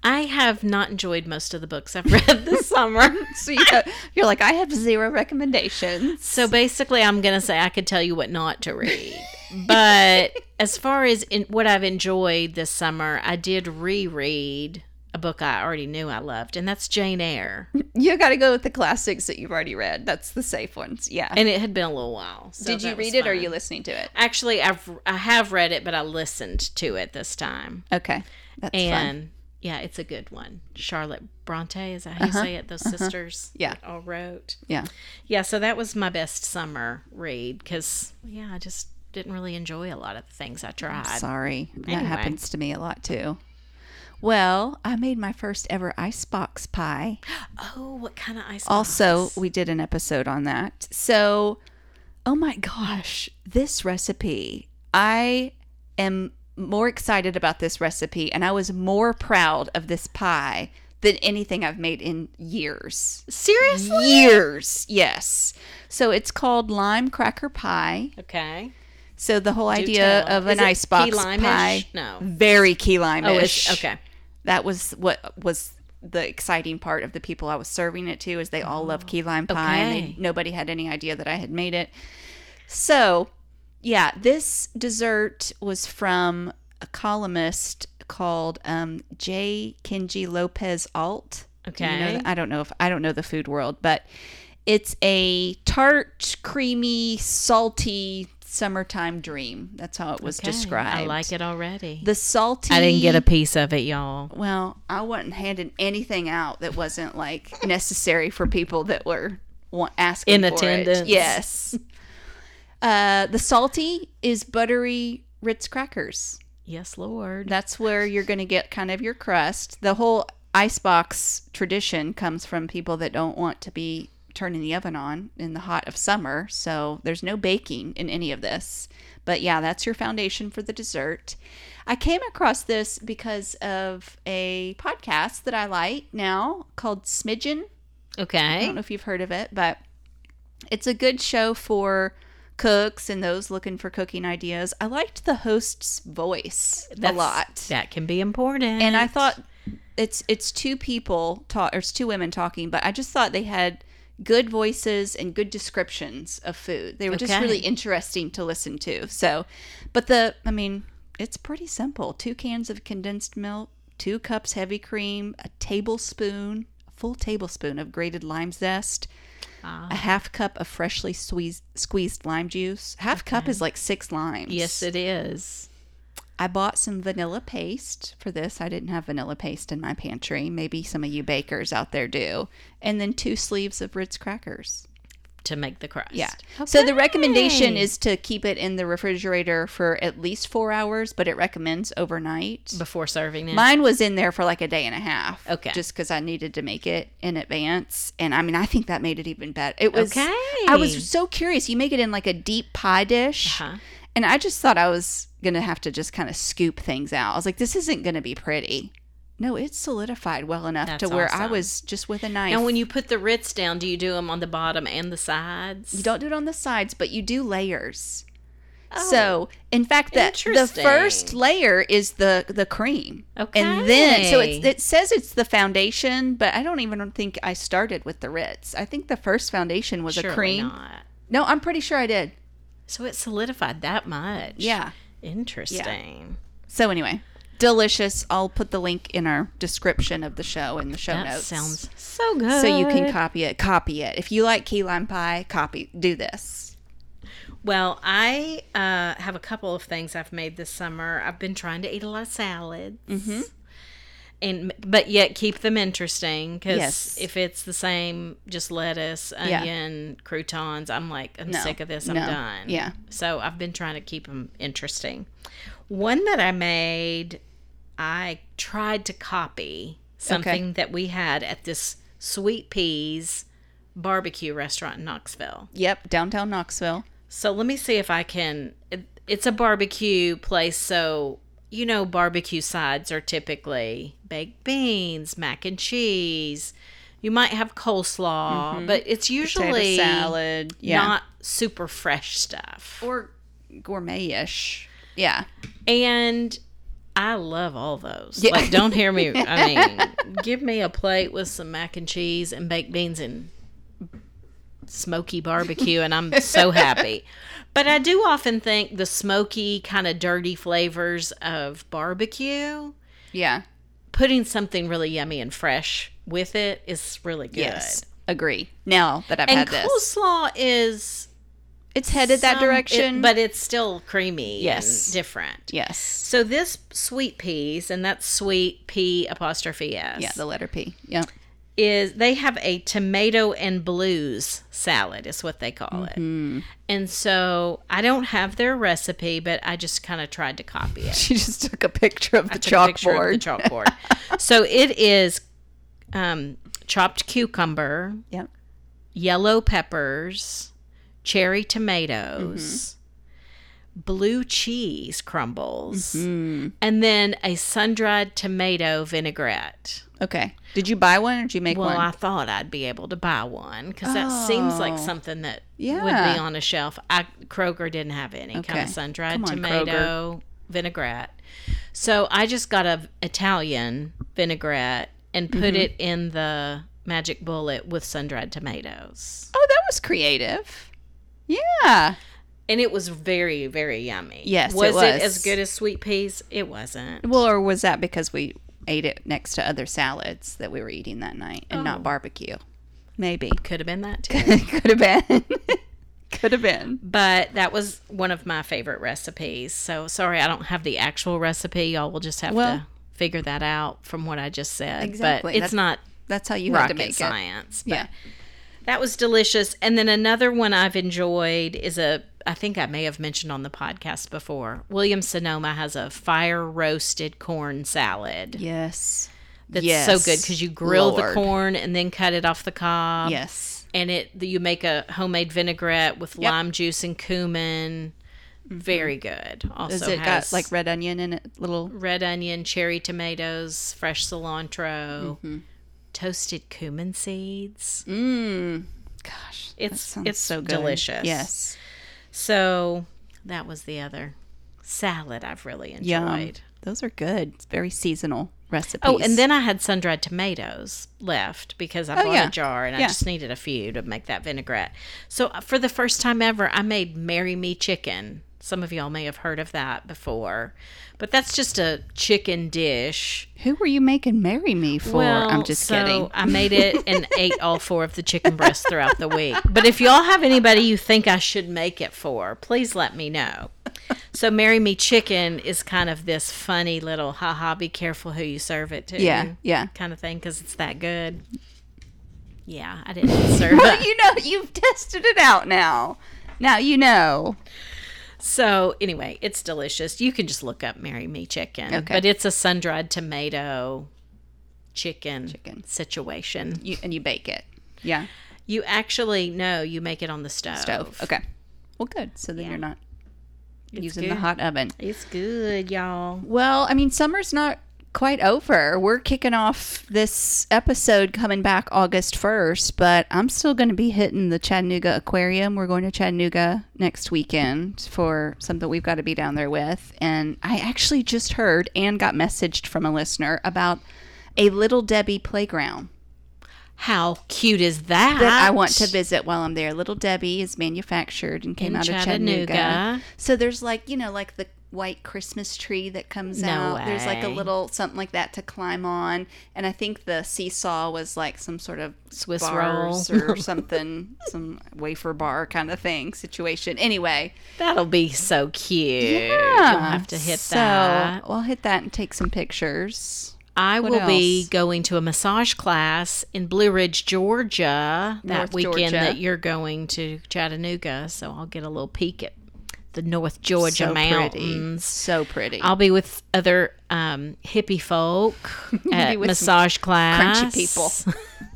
Speaker 1: I have not enjoyed most of the books I've read this summer.
Speaker 2: So you know, you're like I have zero recommendations.
Speaker 1: So basically, I'm going to say I could tell you what not to read. But as far as in, what I've enjoyed this summer, I did reread a book I already knew I loved, and that's Jane Eyre.
Speaker 2: You got to go with the classics that you've already read. That's the safe ones. Yeah.
Speaker 1: And it had been a little while. so
Speaker 2: Did you
Speaker 1: that was
Speaker 2: read it or are you
Speaker 1: fun.
Speaker 2: listening to it?
Speaker 1: Actually, I've I have read it, but I listened to it this time,
Speaker 2: Okay. That's fun.
Speaker 1: and yeah, it's a good one. Charlotte Bronte is that how you say it? Those sisters,
Speaker 2: Uh-huh. Yeah.
Speaker 1: that all wrote.
Speaker 2: Yeah.
Speaker 1: Yeah, so that was my best summer read because yeah, I just didn't really enjoy a lot of the things I tried.
Speaker 2: Sorry. That
Speaker 1: Anyway.
Speaker 2: happens to me a lot too. Well, I made my first ever icebox pie.
Speaker 1: Oh, what kind of ice?
Speaker 2: Also, we did an episode on that. So, oh my gosh, this recipe. I am more excited about this recipe and I was more proud of this pie than anything I've made in years.
Speaker 1: seriously?
Speaker 2: years. Yes. So it's called lime cracker pie.
Speaker 1: Okay.
Speaker 2: So the whole idea
Speaker 1: tell.
Speaker 2: of an
Speaker 1: Is it key
Speaker 2: icebox
Speaker 1: lime-ish?
Speaker 2: pie,
Speaker 1: No.
Speaker 2: very key lime
Speaker 1: Oh,
Speaker 2: ish.
Speaker 1: it's okay.
Speaker 2: That was what was the exciting part of the people I was serving it to is they all love key lime pie and
Speaker 1: Oh, okay.
Speaker 2: they, nobody had any idea that I had made it. So, yeah, this dessert was from a columnist called um, J. Kenji Lopez Alt. Do you know
Speaker 1: Okay.
Speaker 2: that? I don't know if I don't know the food world, but it's a tart, creamy, salty summertime dream. That's how it was
Speaker 1: Okay.
Speaker 2: described.
Speaker 1: I like it already.
Speaker 2: The salty.
Speaker 1: I didn't get a piece of it, y'all.
Speaker 2: Well, I wasn't handing anything out that wasn't like necessary for people that were wa- asking
Speaker 1: In
Speaker 2: for it.
Speaker 1: attendance.
Speaker 2: Yes. Uh, the salty is buttery Ritz crackers.
Speaker 1: Yes, Lord.
Speaker 2: That's where you're going to get kind of your crust. The whole icebox tradition comes from people that don't want to be turning the oven on in the hot of summer. So there's no baking in any of this. But yeah, that's your foundation for the dessert. I came across this because of a podcast that I like now called Smidgen. I
Speaker 1: Okay.
Speaker 2: don't know if you've heard of it, but it's a good show for cooks and those looking for cooking ideas. I liked the host's voice
Speaker 1: That's-
Speaker 2: a lot.
Speaker 1: That can be important.
Speaker 2: And I thought it's it's two people talk or it's two women talking, but I just thought they had good voices and good descriptions of food. They were just
Speaker 1: Okay.
Speaker 2: really interesting to listen to. So, but the I mean, it's pretty simple. 2 cans of condensed milk, 2 cups heavy cream, a tablespoon, a full tablespoon of grated lime zest,
Speaker 1: Ah.
Speaker 2: a half cup of freshly squeezed squeezed lime juice. Half cup is like 6 limes.
Speaker 1: yes, it is.
Speaker 2: I bought some vanilla paste for this. I didn't have vanilla paste in my pantry. Maybe some of you bakers out there do. And then two sleeves of Ritz crackers.
Speaker 1: To make the crust.
Speaker 2: Yeah. So the recommendation
Speaker 1: Okay.
Speaker 2: is to keep it in the refrigerator for at least four hours, but it recommends overnight.
Speaker 1: before serving it.
Speaker 2: Mine was in there for like a day and a half.
Speaker 1: Okay.
Speaker 2: Just because I needed to make it in advance. And I mean, I think that made it even better. It was.
Speaker 1: okay.
Speaker 2: I was so curious. You make it in like a deep pie dish.
Speaker 1: Uh-huh.
Speaker 2: And I just thought I was going to have to just kind of scoop things out. I was like, this isn't going to be pretty. No, it's solidified well enough
Speaker 1: That's
Speaker 2: to where I
Speaker 1: awesome.
Speaker 2: was just with a knife.
Speaker 1: Now, when you put the Ritz down, do you do them on the bottom and the sides?
Speaker 2: You don't do it on the sides, but you do layers.
Speaker 1: Oh.
Speaker 2: so, in fact, that the first
Speaker 1: Interesting.
Speaker 2: layer is the the cream,
Speaker 1: Okay.
Speaker 2: and then so it's, it says it's the foundation, but I don't even think I started with the Ritz. I think the first foundation was
Speaker 1: Surely
Speaker 2: a cream.
Speaker 1: Not.
Speaker 2: No, I'm pretty sure I did.
Speaker 1: So it solidified that much.
Speaker 2: Yeah.
Speaker 1: Interesting.
Speaker 2: So anyway, delicious. I'll put the link in our description of the show in the show
Speaker 1: That
Speaker 2: notes.
Speaker 1: sounds so good.
Speaker 2: so you can copy it. Copy it. If you like key lime pie, copy. Do this.
Speaker 1: Well, I uh, have a couple of things I've made this summer. I've been trying to eat a lot of salads,
Speaker 2: Mm-hmm.
Speaker 1: and but yet keep them interesting because
Speaker 2: Yes.
Speaker 1: if it's the same, just lettuce,
Speaker 2: Yeah.
Speaker 1: onion, croutons, I'm like, I'm
Speaker 2: No.
Speaker 1: sick of this. I'm
Speaker 2: No.
Speaker 1: done.
Speaker 2: Yeah.
Speaker 1: So I've been trying to keep them interesting. One that I made, I tried to copy something that we had at this sweet peas barbecue restaurant in Knoxville.
Speaker 2: Yep. Downtown Knoxville.
Speaker 1: So let me see if I can. it- It's a barbecue place, so you know barbecue sides are typically baked beans, mac and cheese. You might have coleslaw, but it's usually
Speaker 2: Mm-hmm. potato salad, yeah,
Speaker 1: not super fresh stuff.
Speaker 2: or gourmet-ish. Yeah,
Speaker 1: And I love all those.
Speaker 2: Yeah.
Speaker 1: Like, don't hear me. I mean, give me a plate with some mac and cheese and baked beans and smoky barbecue, and I'm so happy. But I do often think the smoky, kind of dirty flavors of barbecue,
Speaker 2: yeah,
Speaker 1: putting something really yummy and fresh with it is really good.
Speaker 2: yes, agree. Now that I've
Speaker 1: And
Speaker 2: had this,
Speaker 1: coleslaw is
Speaker 2: it's headed that
Speaker 1: some- it-
Speaker 2: direction.
Speaker 1: but it's still creamy.
Speaker 2: Yes.
Speaker 1: and different.
Speaker 2: yes,
Speaker 1: So this sweet peas, and that's sweet p apostrophe s.
Speaker 2: yeah, the letter P. Yeah,
Speaker 1: is they have a tomato and blues salad is what they call
Speaker 2: Mm-hmm.
Speaker 1: it. And so I don't have their recipe, but I just kind of tried to copy it.
Speaker 2: she just took a picture of the
Speaker 1: Took a picture of
Speaker 2: chalkboard.
Speaker 1: the chalkboard. so it is um, chopped cucumber,
Speaker 2: Yep.
Speaker 1: yellow peppers, cherry tomatoes,
Speaker 2: Mm-hmm.
Speaker 1: blue cheese crumbles, and then a sun dried tomato vinaigrette.
Speaker 2: Okay. Did you buy one or did you make
Speaker 1: Well,
Speaker 2: one?
Speaker 1: I thought I'd be able to buy one because that seems
Speaker 2: Oh.
Speaker 1: like something that would
Speaker 2: Yeah.
Speaker 1: be on a shelf. I Kroger didn't have any kind
Speaker 2: Okay.
Speaker 1: of sun dried
Speaker 2: Come on,
Speaker 1: tomato vinaigrette, so I just got a Italian vinaigrette and
Speaker 2: Mm-hmm.
Speaker 1: put it in the magic bullet with sun dried tomatoes,
Speaker 2: oh, that was creative. Yeah.
Speaker 1: and it was very very yummy.
Speaker 2: Yes, it
Speaker 1: was
Speaker 2: was.
Speaker 1: as good as sweet peas? It wasn't.
Speaker 2: Well, or was that because we ate it next to other salads that we were eating that night and
Speaker 1: Oh.
Speaker 2: not barbecue? Maybe.
Speaker 1: could have been that too.
Speaker 2: Could have been. Could have been.
Speaker 1: but that was one of my favorite recipes. So sorry, I don't have the actual recipe. Y'all will just have
Speaker 2: Well-
Speaker 1: to figure that out from what I just said.
Speaker 2: Exactly.
Speaker 1: But it's
Speaker 2: That's-
Speaker 1: not
Speaker 2: That's how you had to
Speaker 1: rocket
Speaker 2: make it.
Speaker 1: science. But
Speaker 2: Yeah.
Speaker 1: that was delicious. And then another one I've enjoyed is a I think I may have mentioned on the podcast before. William Sonoma has a fire roasted corn salad.
Speaker 2: Yes.
Speaker 1: That's so good because you grill the corn and then cut it off the cob
Speaker 2: Yes.
Speaker 1: and it you make a homemade vinaigrette with
Speaker 2: Yep. Mm-hmm.
Speaker 1: lime juice and cumin. Very good. Also
Speaker 2: Is it
Speaker 1: has
Speaker 2: got like red onion in it? Little.
Speaker 1: red onion, cherry tomatoes, fresh cilantro,
Speaker 2: Mm-hmm.
Speaker 1: toasted cumin seeds.
Speaker 2: Mmm. Gosh. that
Speaker 1: It's-
Speaker 2: sounds
Speaker 1: it's delicious.
Speaker 2: Yes.
Speaker 1: So that was the other salad I've really enjoyed.
Speaker 2: Yum. Those are good. It's very seasonal recipes.
Speaker 1: Oh, and then I had sun dried tomatoes left because I bought
Speaker 2: Oh, yeah.
Speaker 1: a jar and I
Speaker 2: Yeah.
Speaker 1: just needed a few to make that vinaigrette. So uh, for the first time ever, I made Marry Me Chicken. Some of y'all may have heard of that before, but that's just a chicken dish.
Speaker 2: Who were you making marry me for? I'm just
Speaker 1: so
Speaker 2: kidding.
Speaker 1: I made it and ate all four of the chicken breasts throughout the week. But if y'all have anybody you think I should make it for, please let me know. So Marry Me Chicken is kind of this funny little haha, be careful who you serve it to
Speaker 2: Yeah. Yeah.
Speaker 1: kind of thing because it's that good. Yeah, I didn't serve it.
Speaker 2: you know, you've tested it out now. Now you know.
Speaker 1: So anyway, it's delicious. You can just look up "Marry Me Chicken,"
Speaker 2: Okay.
Speaker 1: but it's a sun-dried tomato chicken,
Speaker 2: Chicken.
Speaker 1: situation.
Speaker 2: You and you bake it. Yeah.
Speaker 1: You actually no, you make it on the stove.
Speaker 2: Stove. Okay. Well, good. So then you're not using the
Speaker 1: good.
Speaker 2: hot oven.
Speaker 1: It's good, y'all.
Speaker 2: Well, I mean, summer's not quite over. We're kicking off this episode coming back August 1st, but I'm still going to be hitting the Chattanooga Aquarium. We're going to Chattanooga next weekend for something we've got to be down there with. And I actually just heard and got messaged from a listener about a Little Debbie playground
Speaker 1: How cute is that?
Speaker 2: that I want to visit while I'm there. Little Debbie is manufactured and came
Speaker 1: In
Speaker 2: out of Chattanooga.
Speaker 1: Chattanooga.
Speaker 2: So there's like, you know, like the white Christmas tree that comes
Speaker 1: No
Speaker 2: out. There's like a
Speaker 1: way.
Speaker 2: little something like that to climb on. And I think the seesaw was like some sort of
Speaker 1: Swiss
Speaker 2: bars or something, some wafer bar kind of thing situation. Anyway,
Speaker 1: That'll be so cute. You'll
Speaker 2: yeah.
Speaker 1: have to hit
Speaker 2: so
Speaker 1: that.
Speaker 2: We'll hit that and take some pictures.
Speaker 1: I
Speaker 2: What
Speaker 1: will be
Speaker 2: else?
Speaker 1: going to a massage class in Blue Ridge, Georgia that
Speaker 2: North
Speaker 1: weekend
Speaker 2: Georgia.
Speaker 1: that you're going to Chattanooga. So I'll get a little peek at the North Georgia
Speaker 2: so pretty.
Speaker 1: mountains.
Speaker 2: So pretty.
Speaker 1: I'll be with other um, hippie folk at
Speaker 2: with some
Speaker 1: massage class.
Speaker 2: crunchy people.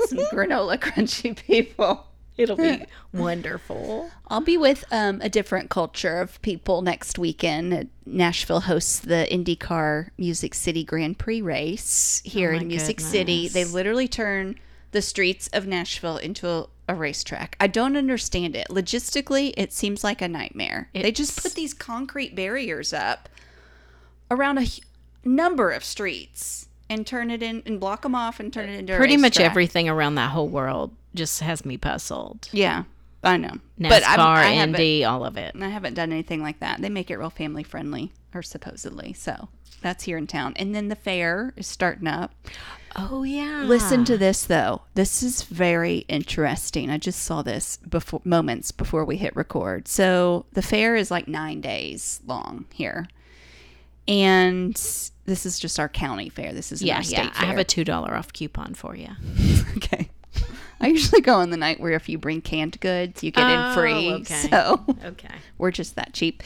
Speaker 2: some granola crunchy people.
Speaker 1: It'll be wonderful.
Speaker 2: I'll be with um, a different culture of people next weekend. Nashville hosts the IndyCar Music City Grand Prix race here
Speaker 1: Oh my
Speaker 2: in Music City. They literally turn the streets of Nashville into a, a racetrack. I don't understand it. Logistically, it seems like a nightmare. they just
Speaker 1: It's-
Speaker 2: put these concrete barriers up around a hu- number of streets and turn it in and block them off and turn it into a
Speaker 1: Pretty much
Speaker 2: racetrack.
Speaker 1: everything around that whole world just has me puzzled.
Speaker 2: Yeah, I know.
Speaker 1: NASCAR,
Speaker 2: I'm- I haven't-
Speaker 1: Indy, all of it.
Speaker 2: I haven't done anything like that. They make it real family friendly, or supposedly. So that's here in town. And then the fair is starting up.
Speaker 1: Oh yeah.
Speaker 2: Listen to this though. This is very interesting. I just saw this before moments before we hit record. So the fair is like nine days long here. And this is just our county fair. This is
Speaker 1: Yeah,
Speaker 2: our state
Speaker 1: yeah. I
Speaker 2: fair.
Speaker 1: have a two dollar off coupon for you.
Speaker 2: okay. I usually go on the night where if you bring canned goods, you get in
Speaker 1: Oh,
Speaker 2: free.
Speaker 1: okay.
Speaker 2: So
Speaker 1: Okay.
Speaker 2: we're just that cheap.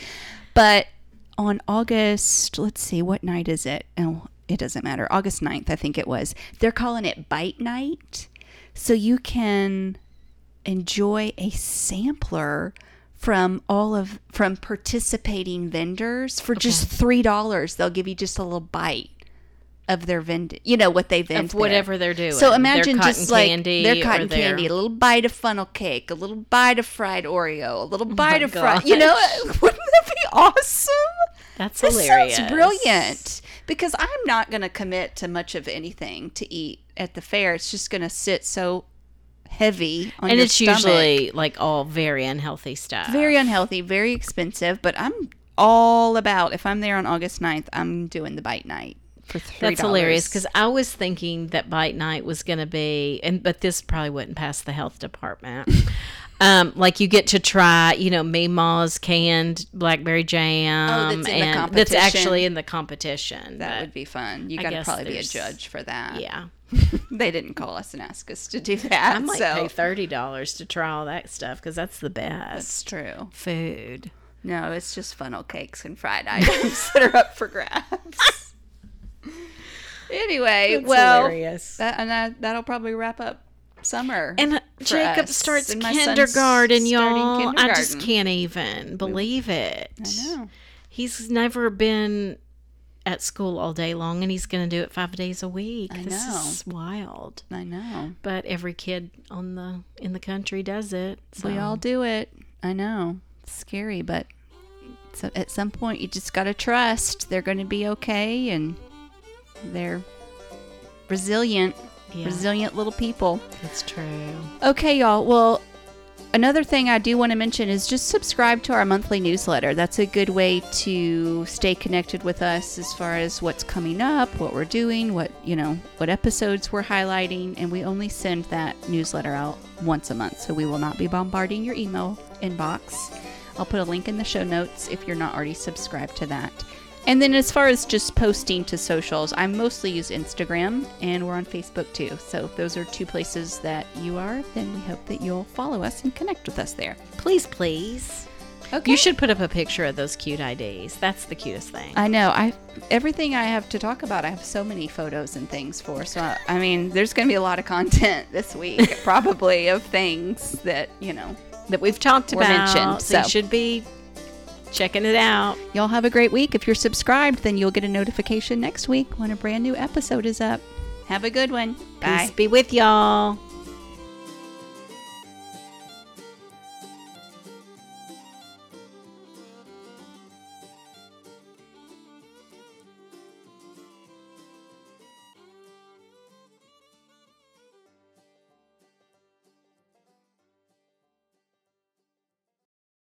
Speaker 2: But on August, let's see, what night is it? Oh, it doesn't matter. August 9th, I think it was. They're calling it Bite Night. So you can enjoy a sampler from all of from participating vendors for just three dollars they'll give you just a little bite of their vend you know what they vend
Speaker 1: Of
Speaker 2: there.
Speaker 1: whatever they're doing.
Speaker 2: So imagine
Speaker 1: Their
Speaker 2: just
Speaker 1: cotton
Speaker 2: like
Speaker 1: candy
Speaker 2: their
Speaker 1: or
Speaker 2: cotton
Speaker 1: their-
Speaker 2: candy, a little bite of funnel cake, a little bite of fried Oreo, a
Speaker 1: Oh
Speaker 2: little bite of fried. You know, wouldn't that be awesome?
Speaker 1: That's
Speaker 2: This
Speaker 1: hilarious.
Speaker 2: sounds brilliant because I'm not going to commit to much of anything to eat at the fair. It's just going to sit so heavy on
Speaker 1: And
Speaker 2: your
Speaker 1: it's
Speaker 2: stomach.
Speaker 1: usually like all very unhealthy stuff.
Speaker 2: very unhealthy, very expensive. But I'm all about if I'm there on August 9th, I'm doing the bite night for three.
Speaker 1: That's hilarious because I was thinking that bite night was going to be, and but this probably wouldn't pass the health department. um, like you get to try, you know, Mima's canned blackberry jam.
Speaker 2: Oh, that's in the
Speaker 1: and that's actually
Speaker 2: competition.
Speaker 1: in the competition.
Speaker 2: That
Speaker 1: but
Speaker 2: would be fun. You got to
Speaker 1: guess
Speaker 2: probably be a
Speaker 1: there's-
Speaker 2: judge for that.
Speaker 1: yeah,
Speaker 2: They didn't call us and ask us to do that.
Speaker 1: I might
Speaker 2: so
Speaker 1: pay thirty dollars to try all that stuff because that's the best
Speaker 2: it's true.
Speaker 1: food.
Speaker 2: No, it's just funnel cakes and fried items that are up for grabs. anyway, well,
Speaker 1: hilarious.
Speaker 2: that and that, that'll probably wrap up summer.
Speaker 1: And Jacob
Speaker 2: us.
Speaker 1: starts
Speaker 2: And my son's
Speaker 1: kindergarten,
Speaker 2: starting
Speaker 1: y'all. I just
Speaker 2: kindergarten.
Speaker 1: can't even believe it.
Speaker 2: I know.
Speaker 1: He's never been at school all day long, and he's going to do it five days a week.
Speaker 2: I
Speaker 1: this
Speaker 2: know.
Speaker 1: is wild.
Speaker 2: I know.
Speaker 1: But every kid on the in the country does it. So.
Speaker 2: We all do it. I know. It's scary, but so at some point you just got to trust they're going to be okay and they're resilient,
Speaker 1: yeah,
Speaker 2: resilient little people.
Speaker 1: that's true.
Speaker 2: Okay, y'all. Well, another thing I do want to mention is just subscribe to our monthly newsletter. That's a good way to stay connected with us as far as what's coming up, what we're doing, what, you know, what episodes we're highlighting, and we only send that newsletter out once a month, so we will not be bombarding your email inbox. I'll put a link in the show notes if you're not already subscribed to that. And then as far as just posting to socials, I mostly use Instagram and we're on Facebook too. So those are two places that you are, then we hope that you'll follow us and connect with us there.
Speaker 1: Please, please.
Speaker 2: Okay.
Speaker 1: You should put up a picture of those cute IDs. That's the cutest thing.
Speaker 2: I know. I everything I have to talk about, I have so many photos and things for. So I, I mean, there's going to be a lot of content this week probably of things that, you know,
Speaker 1: that we've talked
Speaker 2: Were
Speaker 1: about.
Speaker 2: mentioned,
Speaker 1: so you
Speaker 2: so.
Speaker 1: should be Checking it out.
Speaker 2: Y'all have a great week. If you're subscribed, then you'll get a notification next week when a brand new episode is up. Have a good one. Bye.
Speaker 1: Peace be with y'all.